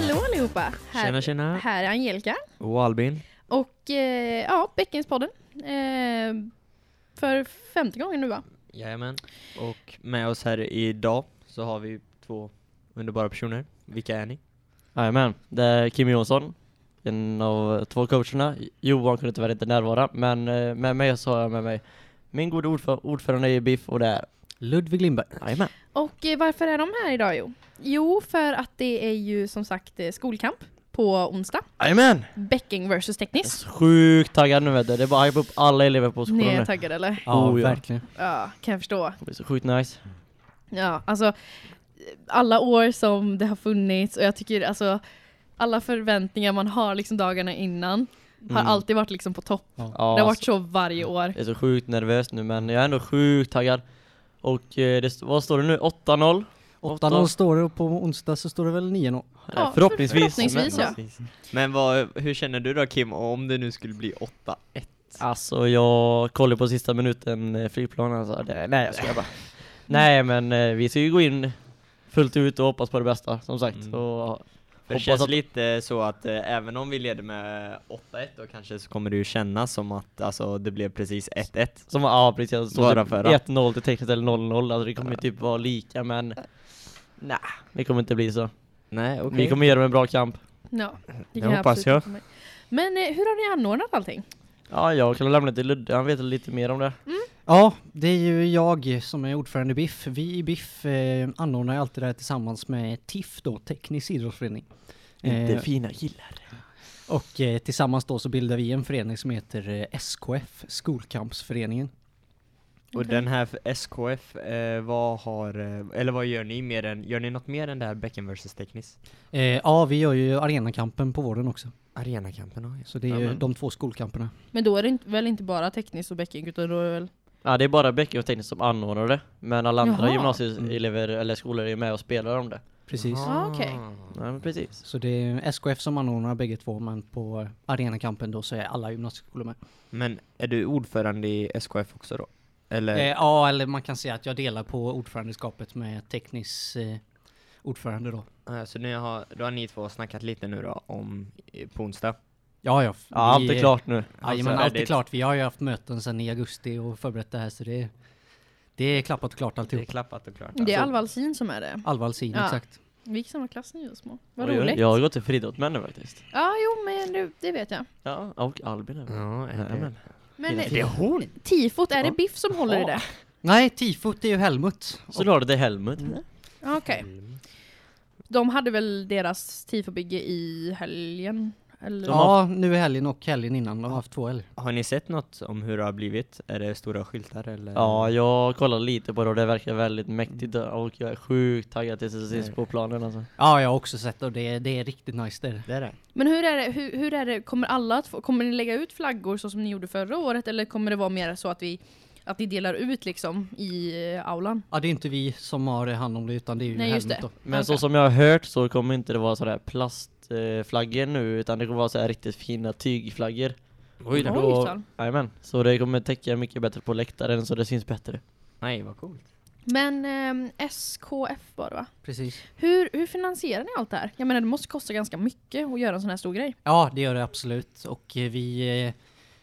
allihopa! Här, Tjena tjena! här är Angelica Och Albin. och eh, ja, Bäckenspodden. Eh, för femte gången nu va? Jajamän. Och med oss här idag så har vi två underbara personer. Vilka är ni? Jajamän, det är Kim Jonsson, en av två coacherna. Johan kunde tyvärr inte närvara, men eh, med mig så har jag med mig min gode ordför ordförande i BIF och det är Ludvig Lindberg. Jajamän. Och eh, varför är de här idag jo? Jo, för att det är ju som sagt eh, skolkamp på onsdag. Jajamän! Bäcking versus Jag är Teknis. så Sjukt taggad nu vet du, det är bara att hypa upp alla elever på skolan Ni är nu. taggade eller? Ja, Oh, ja. verkligen. Ja, kan jag förstå. Det blir så sjukt nice. Ja, alltså alla år som det har funnits och jag tycker alltså alla förväntningar man har liksom dagarna innan har Mm. alltid varit liksom på topp. Ja, Det har alltså, varit så varje år. det är så sjukt nervöst nu men jag är ändå sjukt taggad. Och eh, det, st- vad står det nu? 8-0? 8-0 står det och på onsdag så står det väl 9-0. Ja, Eh, Förhoppningsvis. förhoppningsvis, ja. Men vad, hur känner du då Kim om det nu skulle bli 8-1? Alltså jag kollade på sista minuten eh, flygplan alltså. Det, nej jag skojar bara. nej men eh, vi ska ju gå in fullt ut och hoppas på det bästa som sagt. Mm. Så, För det Hoppas känns att- lite så att eh, även om vi leder med 8-1 då kanske så kommer det ju kännas som att alltså, det blev precis 1-1. som ja precis, jag står Bara typ för att- 1-0 till tecknet eller 0-0, alltså det kommer typ vara lika men nej det kommer inte bli så. Nej okej. Vi kommer göra en bra kamp. Ja, Det kan hoppas absolut jag. tänka mig. Men eh, hur har ni anordnat allting? Ja jag kan lämna till Ludde, han vet lite mer om det. Ja, det är ju jag som är ordförande i BIF. Vi i BIF eh, anordnar ju alltid det här tillsammans med TIF då, Teknisk idrottsförening. Eh, fina killar. och eh, tillsammans då så bildar vi en förening som heter eh, SKF, Skolkampsföreningen. Och den här för SKF, eh, vad har, eh, eller vad gör ni mer än, gör ni något mer än det här Becken vs Teknis? Eh, ja, vi gör ju arenakampen på våren också. Arenakampen har jag. Så det är ju Amen. de två skolkamperna. Men då är det inte, väl inte bara tekniskt och bäcking utan då är det väl... Ja det är bara Bäcke och Tekniskt som anordnar det, men alla andra Jaha. gymnasieelever eller skolor är med och spelar om det. Precis. Ah, okej. Ja men precis. Så det är SKF som anordnar bägge två, men på arenakampen då så är alla gymnasieskolor med. Men är du ordförande i SKF också då? Eller? Eh, ja, eller man kan säga att jag delar på ordförandeskapet med teknisk eh, ordförande då. Ah, Så nu har, då har ni två snackat lite nu då om eh, på onsdag? Ja, ja. Ja allt är klart nu. Ja, men Alltså, allt det- är klart. Vi har ju haft möten sedan i augusti och förberett det här, så det är, det är klappat och klart Det är alltihop. klappat och klart. Det är alltså. Alvalsin som är det. Alva Alsin, Ja. exakt. Vi gick i samma klass när vi var små. Vad Oj, oj. roligt. Jag Ja. har gått till friidrottsmän nu faktiskt. jo men det, det vet jag. Ja, och Albin även. Ja, är det. Jajamän. Men Hela eh, Det är hon! tifot, är det Ja. Biff som håller i det? Nej, tifot är ju Helmut. Så du har det till Helmut? Mm. Ja, Okej. De hade väl deras tifobygge i helgen? Eller? Ja, nu i helgen och helgen innan. De har haft två helger. Har ni sett något om hur det har blivit? Är det stora skyltar eller? Ja, jag kollade lite på det och det verkar väldigt mäktigt och jag är sjukt taggad tills det syns på planen alltså. Ja, jag har också sett och det, det är riktigt nice. Det är det. Det är det. Men hur är det, hur, hur är det, kommer alla att få, kommer ni lägga ut flaggor så som ni gjorde förra året eller kommer det vara mer så att vi, att ni delar ut liksom i eh, aulan? Ja, det är inte vi som har hand om det, utan det är ju Nej, Nej, just Helmut det. då. Men Okej. så som jag har hört så kommer inte det vara sådär plastflaggor nu utan det kommer vara sådär riktigt fina tygflaggor. Oj då. Oj, fan. Jajamän, så det kommer täcka mycket bättre på läktaren så det syns bättre. Nej, vad coolt. Men ehm, SKF var det va? Precis. Hur, hur finansierar ni allt det här? Jag menar det måste kosta ganska mycket att göra en sån här stor grej. Ja, det gör det absolut. Och eh, vi eh,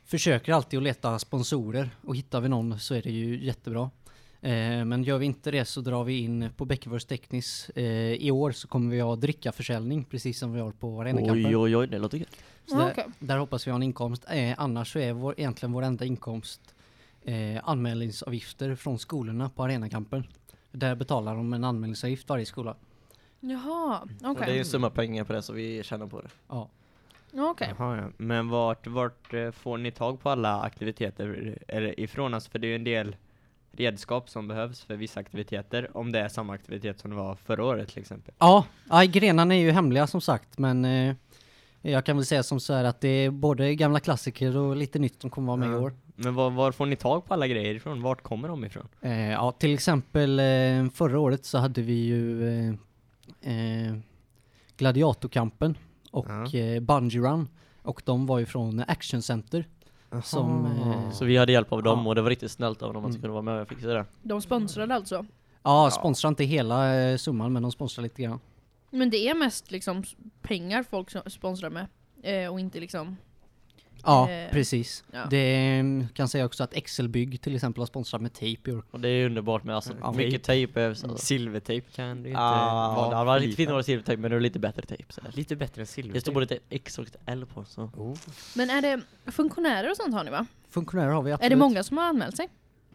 försöker alltid att leta sponsorer. Och hittar vi någon så är det ju jättebra. Eh, men gör vi inte det så drar vi in på Bäckefors Teknis. Eh, I år så kommer vi ha drickaförsäljning, precis som vi har på Oj Arenakampen. oj oj, det låter gött. Så där, Ja, okej. där hoppas vi ha en inkomst. Eh, annars så är vår, egentligen vår enda inkomst eh, anmälningsavgifter från skolorna på Arenakampen. Där betalar de en anmälningsavgift varje skola. Jaha, Så Det är ju okej. en summa pengar på det så vi tjänar på det. Ja. Okej. Jaha, ja. Men vart, vart eh, får ni tag på alla aktiviteter eller ifrån? Alltså, för det är ju en del redskap som behövs för vissa aktiviteter. Om det är samma aktivitet som det var förra året till exempel. Ja, aj, grenarna är ju hemliga som sagt, men eh, jag kan väl säga som så här att det är både gamla klassiker och lite nytt som kommer vara med Ja. i år. Men var, var får ni tag på alla grejer ifrån? Vart kommer de ifrån? Eh, ja, till exempel eh, förra året så hade vi ju eh, eh, Gladiatorkampen och Ja. eh, Bungee Run och de var ju från Action Center. Som, eh, Så vi hade hjälp av dem Ja. och det var riktigt snällt av dem att Mm. kunna vara med och fixa det. De sponsrade alltså? Ja, sponsrar inte hela eh, summan men de sponsrar lite grann. Men det är mest liksom pengar folk som- sponsrar med. Eh, och inte liksom... Ja, Eh, precis. ja. Det eh, kan säga också att Excelbygg till exempel har sponsrat med tejp i år. Och det är underbart med alltså, Ja, mycket tejp behövs alltså. Silvertejp kan det ju inte Ah, vara det hade varit för lite fint att lite. vara silvertejp men det är lite bättre tejp. Så. här. Lite bättre än silvertejp. Det står både ett X och ett L på så. Oh. Men är det funktionärer och sånt har ni va? Funktionärer har vi absolut. Är det många som har anmält sig?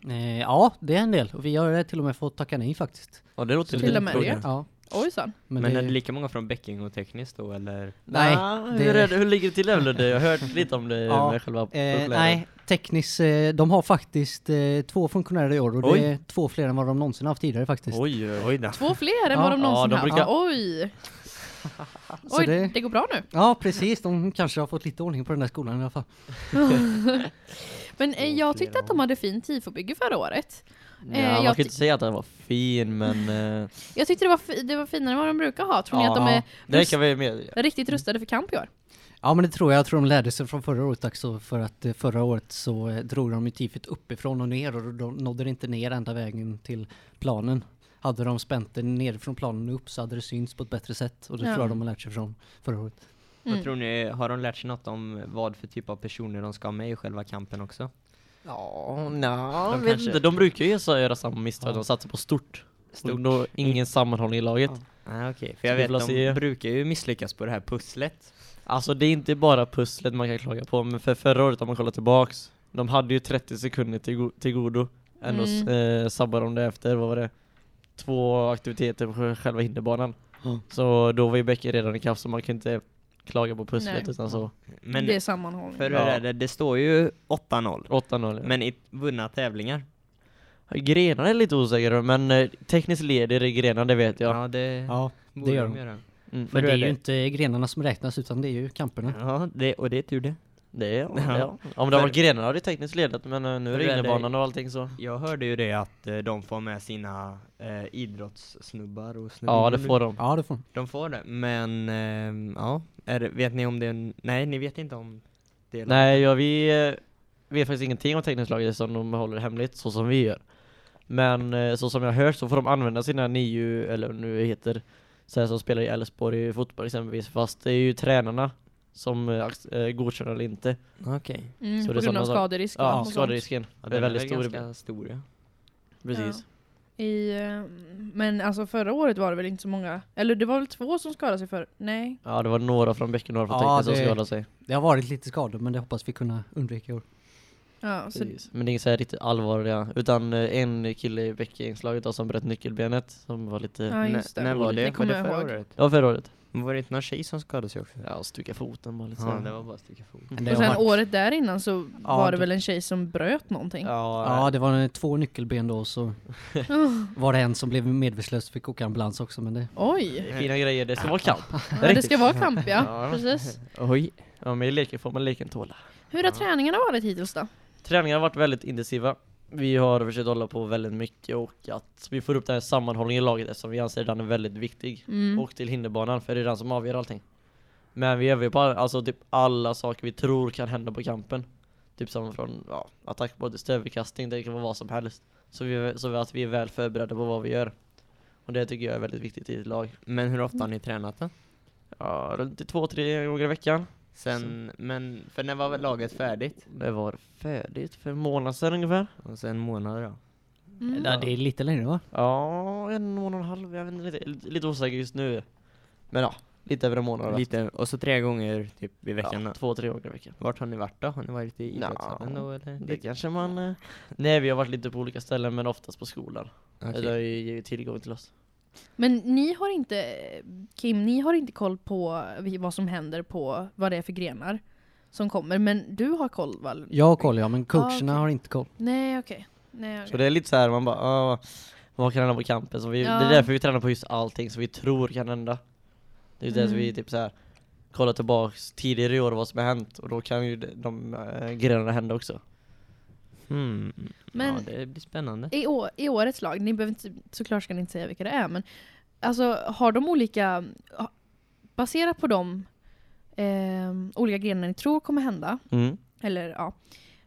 Eh, ja, det är en del. Och vi har eh, till och med fått tacka nej faktiskt. Ja det låter Så Till det- och med det? Ja, Ojsan. men, Men, det, är det lika många från Becking och Tekniskt då eller? Nej, Nah, det- hur, är det, hur ligger det till där Ludde? Jag har hört lite om det Ja, med själva eh, populära- nej, tekniskt, eh, de har faktiskt eh, två funktionärer i år och Oj. det är två fler än vad de någonsin haft tidigare faktiskt. Oj, oj. då. Två fler än Ja, vad de ja, någonsin de haft. brukar- Oj! Så Oj, det... det- går bra nu. Ja, precis. De kanske har fått lite ordning på den där skolan i alla fall. Men eh, jag tyckte att de hade fint tifobygge förra året. Ja, Eh, jag man kan ju tyck- inte säga att den var fin men... eh, Jag tyckte det var, fi- det var finare än vad de brukar ha. Tror ni ja, att de är Det kan vi med. riktigt rustade för kamp i år? Ja, men det tror jag. Jag tror de lärde sig från förra året också för att eh, förra året så eh, drog de ju tifet uppifrån och ner och de nådde det inte ner ända vägen till planen. Hade de spänt det nerifrån planen och upp så hade det synts på ett bättre sätt och det Ja. tror jag de har lärt sig från förra året. Mm. Vad tror ni, har de lärt sig något om vad för typ av personer de ska ha med i själva kampen också? Ja, nja, De de, kanske- de brukar ju så göra samma misstag, Ja. de satsar på stort. Stort. Och då ingen sammanhållning i laget. Ja. Ah, Okej, för jag Skulle vet vilja de se- brukar ju misslyckas på det här pusslet. Alltså det är inte bara pusslet man kan klaga på, men för förra året om man kollar tillbaks, de hade ju 30 sekunder till, go- till godo. Ändå Mm. eh, sabbade de det efter, vad var det? Två aktiviteter på sj- själva hinderbanan. Ja. Så då var ju Becker redan i kapp så man kan inte klaga på pusslet Nej. utan så Men det är för sammanhållning. hur Ja. är det, det står ju 8-0. 8-0. Men i vunna tävlingar. Grenarna är lite osäkra men eh, tekniskt leder i grenarna, det vet jag. Ja, det Ja, borde det gör de de. göra. Mm. Men Hur det är är ju det? inte grenarna som räknas utan det är ju kamperna. Ja, det, och det är tur det. Det är, Ja. ja. Om det För- har varit grenar hade det tekniskt ledat men eh, nu För är det det är det- innebanan och allting så. Jag hörde ju det att eh, de får med sina eh, idrottssnubbar och snubbar. Ja det får de. Ja, det får de. De får det, men ehm, ja, är det, vet ni om det är en, Nej, ni vet inte om det? eller? Nej, ja, vi eh, vet faktiskt ingenting om tekniklaget som de håller hemligt, så som vi gör. Men eh, så som jag hört så får de använda sina nio, eller vad det nu heter, så här som spelar i Elfsborg i fotboll exempelvis, fast det är ju tränarna som eh, ac- eh, godkänner eller inte. Okej. Mm, Så på det är grund av sådana- skaderisken Ja, och sånt. skaderisken. Ja, det är den väldigt väl stor. ganska stor ja. Precis. I, eh, men alltså förra året var det väl inte så många? Eller det var väl två som skadade sig för? Nej. Ja. det var några från bäcken några från Ja, teknisk det- som skadade sig. Det har varit lite skador men det hoppas vi kunna undvika i år. Ja, så, Precis. Men det är inget så här riktigt allvarliga, utan eh, en kille i bäckinslaget då som bröt nyckelbenet, som var lite... ja just När det. var det? Det kommer jag ihåg. året? Ja, förra året. Var det inte någon tjej som skadade sig också? Ja, stuka foten bara lite så Ja, här. det var bara sticka fot. Men det och har sen varit- året där innan så Ja, var det typ. det- väl en tjej som bröt någonting. Ja, det var eh, två nyckelben då och så var det en som blev medvetslös och fick åka ambulans också men det... Oj! Fina grejer, det ska vara kamp. Ja, det ska vara kamp ja, Ja. precis. Oj. Ja, med leken får man leken tåla. Hur har träningarna varit hittills då? Träningarna har varit väldigt intensiva. Vi har försökt hålla på väldigt mycket och att vi får upp den här sammanhållningen i laget eftersom vi anser den är väldigt viktig. Mm. Och till hinderbanan, för det är den som avgör allting. Men vi övar ju på alltså, typ alla saker vi tror kan hända på kampen. Typ som från ja, attack, både stöverkastning, det kan vara vad som helst. Så, vi, så att vi är väl förberedda på vad vi gör. Och det tycker jag är väldigt viktigt i ett lag. Men hur ofta har ni tränat då? Ja, runt två, tre gånger i veckan. Sen, men, för när var väl laget färdigt? Det var färdigt för en månad sedan ungefär. Och sen månader då? Mm. Ja, det är lite längre va? Ja, en månad och en halv. Jag vet inte, lite, lite osäker just nu. Men ja, lite över en månad. har det varit. Lite, och så tre gånger typ i veckan Ja, då? två, tre gånger i veckan. Vart har ni varit då? Har ni varit i Nja, idrottshallen då eller? Det kanske man... eh, Nej, vi har varit lite på olika ställen men oftast på skolan. Okej. Det har ju givit tillgång till oss. Men ni har inte, Kim, ni har inte koll på vi- vad som händer på vad det är för grenar som kommer. Men du har koll va? Jag kollar ja men coacherna Ah, okej. har inte koll. Nej okej. Nej, Så okej. det är lite så här, man bara ah, vad kan hända på kampen? Så vi, Det Ja. är därför vi tränar på just allting som vi tror kan hända. Det är därför Mm. vi typ så här kollar tillbaks tidigare i år vad som har hänt och då kan ju de, de eh, grenarna hända också. Hmm. Mm. Men- ja, det blir spännande. I, å, I årets lag, ni behöver inte, såklart ska ni inte säga vilka det är, men alltså har de olika, ha- baserat på de Mm. ehm, olika grenar ni tror kommer hända, eller ja,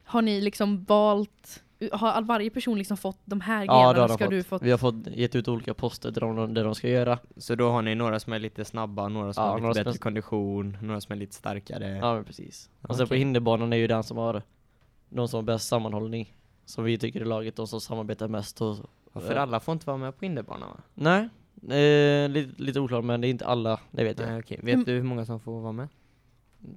har ni liksom valt har varje person liksom fått de här Ja, det har grenarna de ska fått. du få Vi har fått gett ut olika poster där de, där de ska göra. Så då har ni några som är lite snabba, några som Ja, har lite några som bättre är- kondition, några som är lite starkare. Ja men precis. Och sen på Okej. hinderbanan är ju den som har de som har bäst sammanhållning. Som vi tycker i laget, de som samarbetar mest och Ja, För alla får inte vara med på hinderbanan va? Nej, eh, lite, lite oklart men det är inte alla, det Mm. vet jag. Nej, okej. Vet du hur många som får vara med?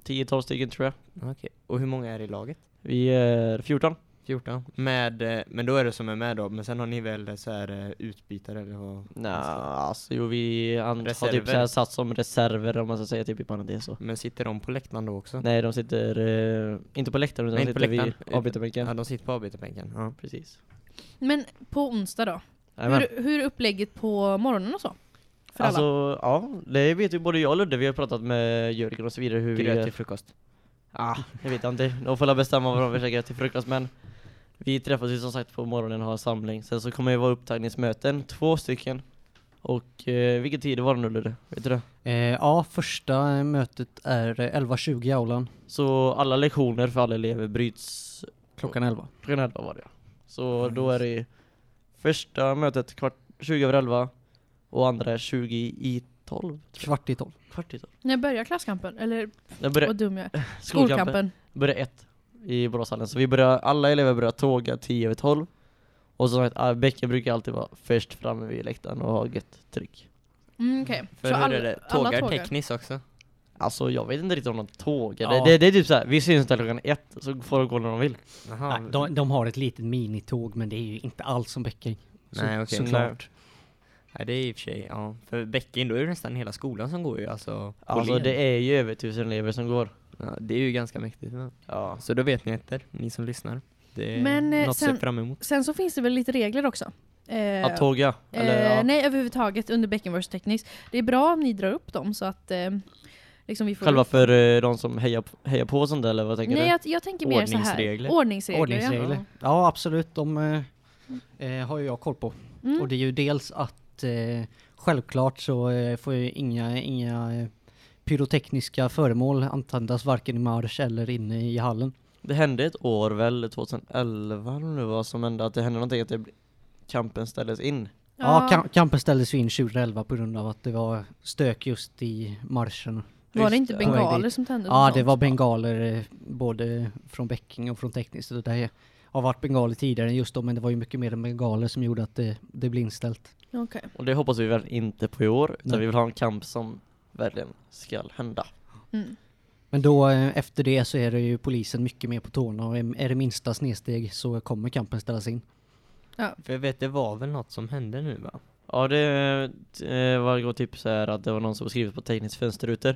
10-12 stycken tror jag. Okej. Och hur många är i laget? Vi är 14. 14. Med, eh, men då är det som är med då, men sen har ni väl eh, så här eh, utbytare eller vad? Nej, alltså jo vi an- har Reserver. typ så här satt som reserver om man ska säga typ i parentes så. Men sitter de på läktaren då också? Nej de sitter, eh, inte på läktaren utan Nej, de inte på sitter vid läktaren. avbytarbänken. Ja, de sitter på avbytarbänken. Ja. Precis. Men på onsdag då? Jajamän. Hur, hur är upplägget på morgonen och så? För Alltså alla? ja, det vet ju både jag och Ludde, vi har pratat med Jörgen och så vidare hur Gröt vi... till frukost. Ah, jag vet inte. De får väl bestämma vad de vill käka till frukost men vi träffas ju som sagt på morgonen och har samling. Sen så kommer det vara upptagningsmöten, två stycken. Och eh, vilken tid var det nu Ludde? Vet du det? Eh, ja, första mötet är eh, 11.20 i aulan. Så alla lektioner för alla elever bryts Klockan 11. klockan 11 var det ja. Så då är det ju första mötet kvart 20 över 11 och andra är 20 i 12. Kvart i tolv. Kvart i 12. När börjar klasskampen? Eller Det börjar vad dum jag är. skolkampen. Skolkampen. började ett i Boråshallen. Så vi började, alla elever började tåga 10 över 12. Och som sagt, ah, bäcken brukar alltid vara först framme vid läktaren och ha gött tryck. Mm, Okej. För Så hur all- är det? alla Tågar tekniskt också? Alltså jag vet inte riktigt om de tågar. Ja. Det, det, det är typ såhär, vi syns där klockan ett så får de gå när de vill. Jaha. Nej, de, de har ett litet minitåg men det är ju inte alls som Bäcking. Så- Nej, okej. Såklart. Nej, det är i och för sig, ja. För Bäcking, då är det nästan hela skolan som går ju alltså. på Alltså led. det är ju över tusen elever som går. Ja, det är ju ganska mäktigt. Ja. Ja. Så då vet ni efter, ni som lyssnar. Det är Men, eh, något sen- att se fram emot. Sen så finns det väl lite regler också? Eh, Att tåga, eller eh, ja. Nej, överhuvudtaget under Beckenvers teknisk. Det är bra om ni drar upp dem så att eh, liksom vi får... Själva för eh, de som hejar, hejar på och sånt där, eller vad tänker Nej, du? jag, jag tänker mer så här. Ordningsregler. Ordningsregler. Ordningsregler. Ja. Ja, absolut. De eh, eh, har ju jag koll på. Mm. Och det är ju dels att eh, självklart så eh, får ju inga, inga eh, pyrotekniska föremål antändas varken i marsch eller inne i hallen. Det hände ett år väl, 2011 eller vad det var som hände, att det hände någonting, att det, kampen ställdes in. Ja, Ja. kam- kampen ställdes ju in 2011 på grund av att det var stök just i marschen. Var det Just inte det. bengaler som tändes? Ja, och det sånt? var bengaler eh, både från Bäcking och från tekniskt. och Det har varit bengaler tidigare än just då, men det var ju mycket mer än bengaler som gjorde att det, det blev inställt. Okej. Och det hoppas vi väl inte på i år, utan Nej. vi vill ha en kamp som verkligen ska hända. Mm. Men då eh, efter det så är det ju polisen mycket mer på tårna och är är det minsta snedsteg så kommer kampen ställas in. För jag vet, det var väl något som hände nu va? Ja, det eh, var ett gott tips här att det var någon som skrivit på tekniskt fönsterrutor.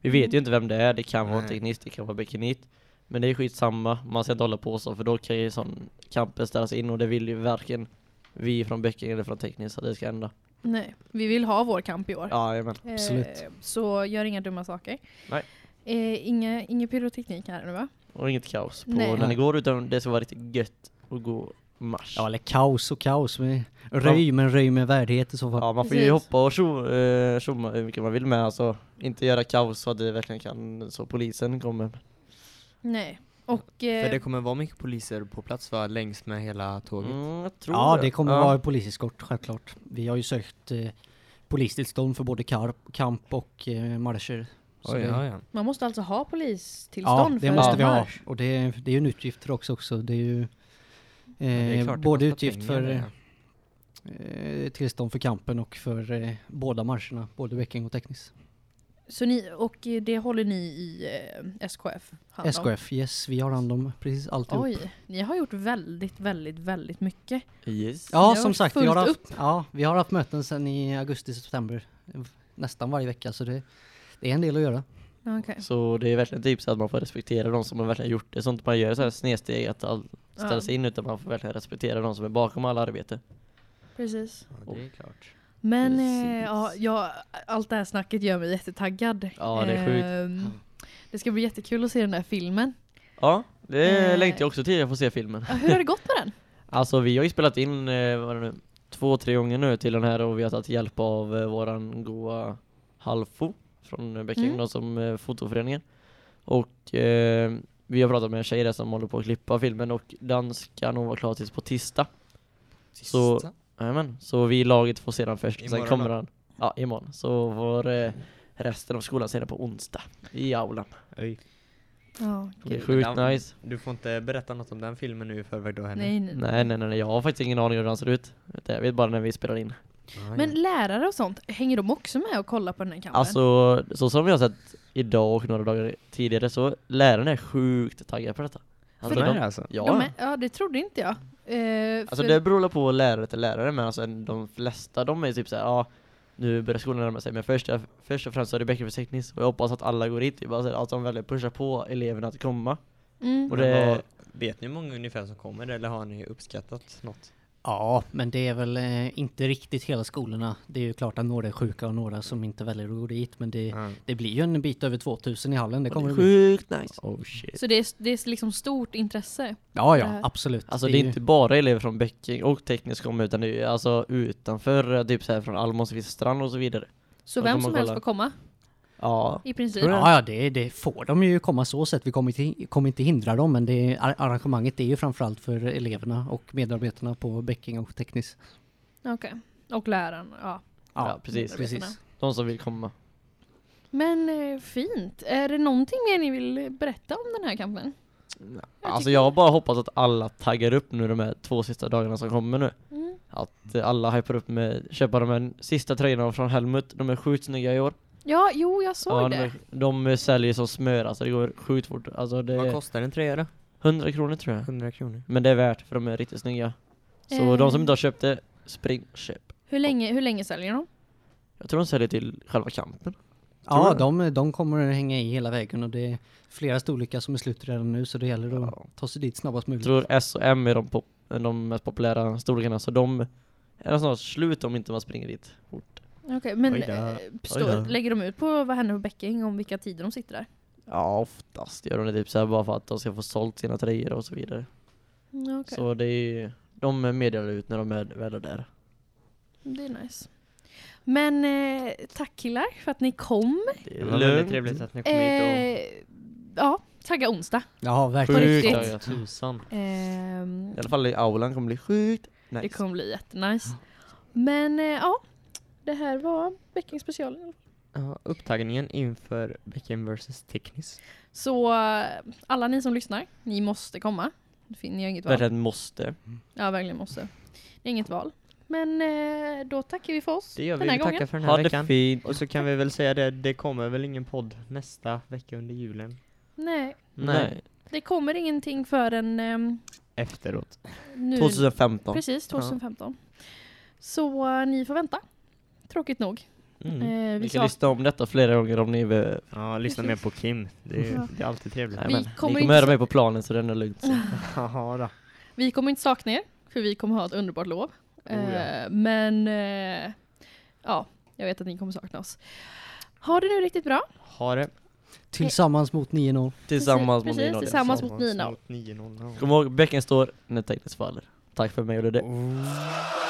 Vi vet ju inte vem det är, det kan vara Nej. tekniskt, det kan vara bekinit. Men det är skitsamma, man ska inte hålla på så för då kan ju sån kampen ställas in och det vill ju varken vi från Bäcken eller från tekniskt att det ska hända. Nej, vi vill ha vår kamp i år. Ja, jajamän. Eh, absolut. så gör inga dumma saker. Nej. Eh, inga, ingen pyroteknik här nu va? Och inget kaos på Nej. när ni går utan det ska vara riktigt gött att gå marsch. Ja, eller kaos och kaos. Med röj, men röj med värdighet i så fall. Ja man får ju Precis. hoppa och tjo- eh, tjomma hur mycket man vill med alltså Inte göra kaos så att det verkligen kan, så polisen kommer Nej. Och För det eh, kommer vara mycket poliser på plats va? Längs med hela tåget. mm, jag tror Ja, det kommer vara poliseskort, självklart. Vi har ju sökt eh, polistillstånd för både karp, kamp och eh, marscher. Så Oj, det- ja, ja. man måste alltså ha polistillstånd Ja, det för måste en vi ha. marsch. Och det, det är ju en utgift för också. också. Det är ju eh, det är klart, det både kostar utgift pengar, det. för eh, tillstånd för kampen och för eh, båda marscherna, både Bäcking och Teknis. Så ni, och eh, det håller ni i eh, SKF? hand om? SKF, yes, vi har hand om precis alltihop. Oj, ni har gjort väldigt, väldigt, väldigt mycket. Yes Ni Ja, har som varit sagt, vi har, fullt haft, ja, vi har haft möten sedan i augusti-september. Nästan varje vecka, så det, det är en del att göra. Okej. Så det är verkligen ett tips att man får respektera de som har verkligen gjort det Så inte man gör så här snedsteg att allt ställs in utan man får verkligen respektera de som är bakom alla arbete Precis. Ja, det är klart. Men eh, Precis. ja, ja, allt det här snacket gör mig jättetaggad. Ja, det är sjukt. Ehm, det ska bli jättekul att se den där filmen. Ja, det Eh. längtar jag också till, jag får se filmen Ja, Hur har det gått med den? Alltså vi har ju spelat in, eh, vad är det nu, två, tre gånger nu till den här och vi har tagit hjälp av eh, våran goa Halfo från eh, Bäcking Mm. då som eh, fotoföreningen. Och eh, Vi har pratat med en tjej där som håller på att klippa filmen och den ska nog vara klar tills på tisdag. Så- Sista. Jajamän, så vi i laget får se den först, och sen Imorgon kommer då? den. Ja, imorgon. Så får eh, resten av skolan se den på onsdag i aulan. Oj. Ja, Det är gud. sjukt Den- nice. Du får inte berätta något om den filmen nu i förväg då Henrik. Nej, nej. nej. Nej, nej, nej, nej, jag har faktiskt ingen aning hur den ser ut. Jag vet bara när vi spelar in. Ah, Men ja. lärare och sånt, hänger de också med och kollar på den här kampen? Alltså, så som vi har sett idag och några dagar tidigare så lärarna är sjukt taggade på detta. Alltså, Sådär, de, alltså. de ja. är, ja, det trodde inte jag. Eh, Alltså för- det beror på lärare till lärare men alltså de flesta de är typ såhär ja nu börjar skolan närma sig men först, först och främst så är det bättre för tekniskt och jag hoppas att alla går hit, typ, alltså, att de väljer pusha på eleverna att komma. mm. Och Men det- vad- Vet ni hur många ungefär som kommer eller har ni uppskattat något? Ja, men det är väl eh, inte riktigt hela skolorna. Det är ju klart att några är sjuka och några som inte väljer att gå dit. Men det, Ja. det blir ju en bit över 2000 i hallen. Det Och kommer det bli. sjukt nice. Oh shit. Så det är, det är liksom stort intresse. Ja, Det här- ja, absolut. Alltså det är ju- inte bara elever från Bäcking och teknisk kommer utan det är ju alltså utanför eh, typ såhär från Almås och Vistrand och så vidare. Så Ja, vem de som har helst får kollat. komma, Ja. i princip. Ja, ja det, det får de ju komma så sett. Vi kommer inte, kommer inte hindra dem, men det, ar- arrangemanget är ju framförallt för eleverna och medarbetarna på Bäcking och Teknis. Okej. Och läraren, ja. Ja, precis. precis. De som vill komma. Men eh, fint. Är det någonting mer ni vill berätta om den här kampen? Alltså jag har bara hoppas att alla taggar upp nu de här två sista dagarna som kommer nu. Mm. Att eh, alla hypar upp med köpa de här sista tröjorna från Helmut. De är sjukt snygga i år. Ja, jo, jag såg Ja, de, det. de eh, säljer som smör alltså, det går sjukt fort. Alltså det Vad är kostar en tröja då? 100 kronor tror jag. 100 kronor. Men det är värt för de är riktigt snygga. Så Eh. de som inte har köpt det, spring köp. Hur länge, hur länge säljer de? Jag tror de säljer till själva kampen. Ja, de, de kommer att hänga i hela vägen och det är flera storlekar som är slut redan nu så det gäller att Ja. ta sig dit Jag snabbast möjligt. tror S och M är de, pop, är de mest populära storlekarna så de är snart slut om inte man springer dit fort. Okej, men Oj då. eh, Oj står, då. lägger de ut på vad händer på Bäcking om vilka tider de sitter där? Ja, oftast gör de det typ så här bara för att de ska få sålt sina tröjor och så vidare. Mm, okej. Så det är ju, de meddelar ut när de är väl är där. Det är nice. Men eh, tack killar för att ni kom. Det Det är var väldigt trevligt att ni kom hit Eh, ja, tagga onsdag. Ja, På verkligen. riktigt. Sjukt taggad. och... Tusan. Ehm, I alla fall i aulan kommer bli sjukt Det nice. kommer bli jättenice. Men eh, ja, det här var veckans special. Ja, upptagningen inför Beckham vs Teknis. Så eh, alla ni som lyssnar, ni måste komma. Det fin- Ni har inget val. Verkligen måste. Ja, verkligen måste. Ni har inget val. Men eh, då tackar vi för oss Det gör vi, den här vi gången. tackar för den här Ha det veckan. fint. Och så kan vi väl säga det, det kommer väl ingen podd nästa vecka under julen? Nej, Nej. det kommer ingenting förrän ehm, Efteråt. nu. 2015. Mm. Precis, 2015. Så eh, ni får vänta. Tråkigt nog. Mm. Eh, vi, Ni kan sa, lyssna om detta flera gånger om ni vill. Ja, lyssna mer på Kim. Det är, Ja. det är alltid trevligt. Nej, men, kommer ni kommer inte höra så- mig på planen så det är nog lugnt. Jaha då. vi kommer inte sakna er, för vi kommer ha ett underbart lov. ja. Eh, men eh, ja, jag vet att ni kommer sakna oss. Ha det nu riktigt bra. Ha det. Tillsammans mot 9-0. Tillsammans Precis, mot Nino. tillsammans. mot 9-0. mot 9-0. Kom ihåg, bäcken står när Teknis faller. Tack för mig och det är det. Oh.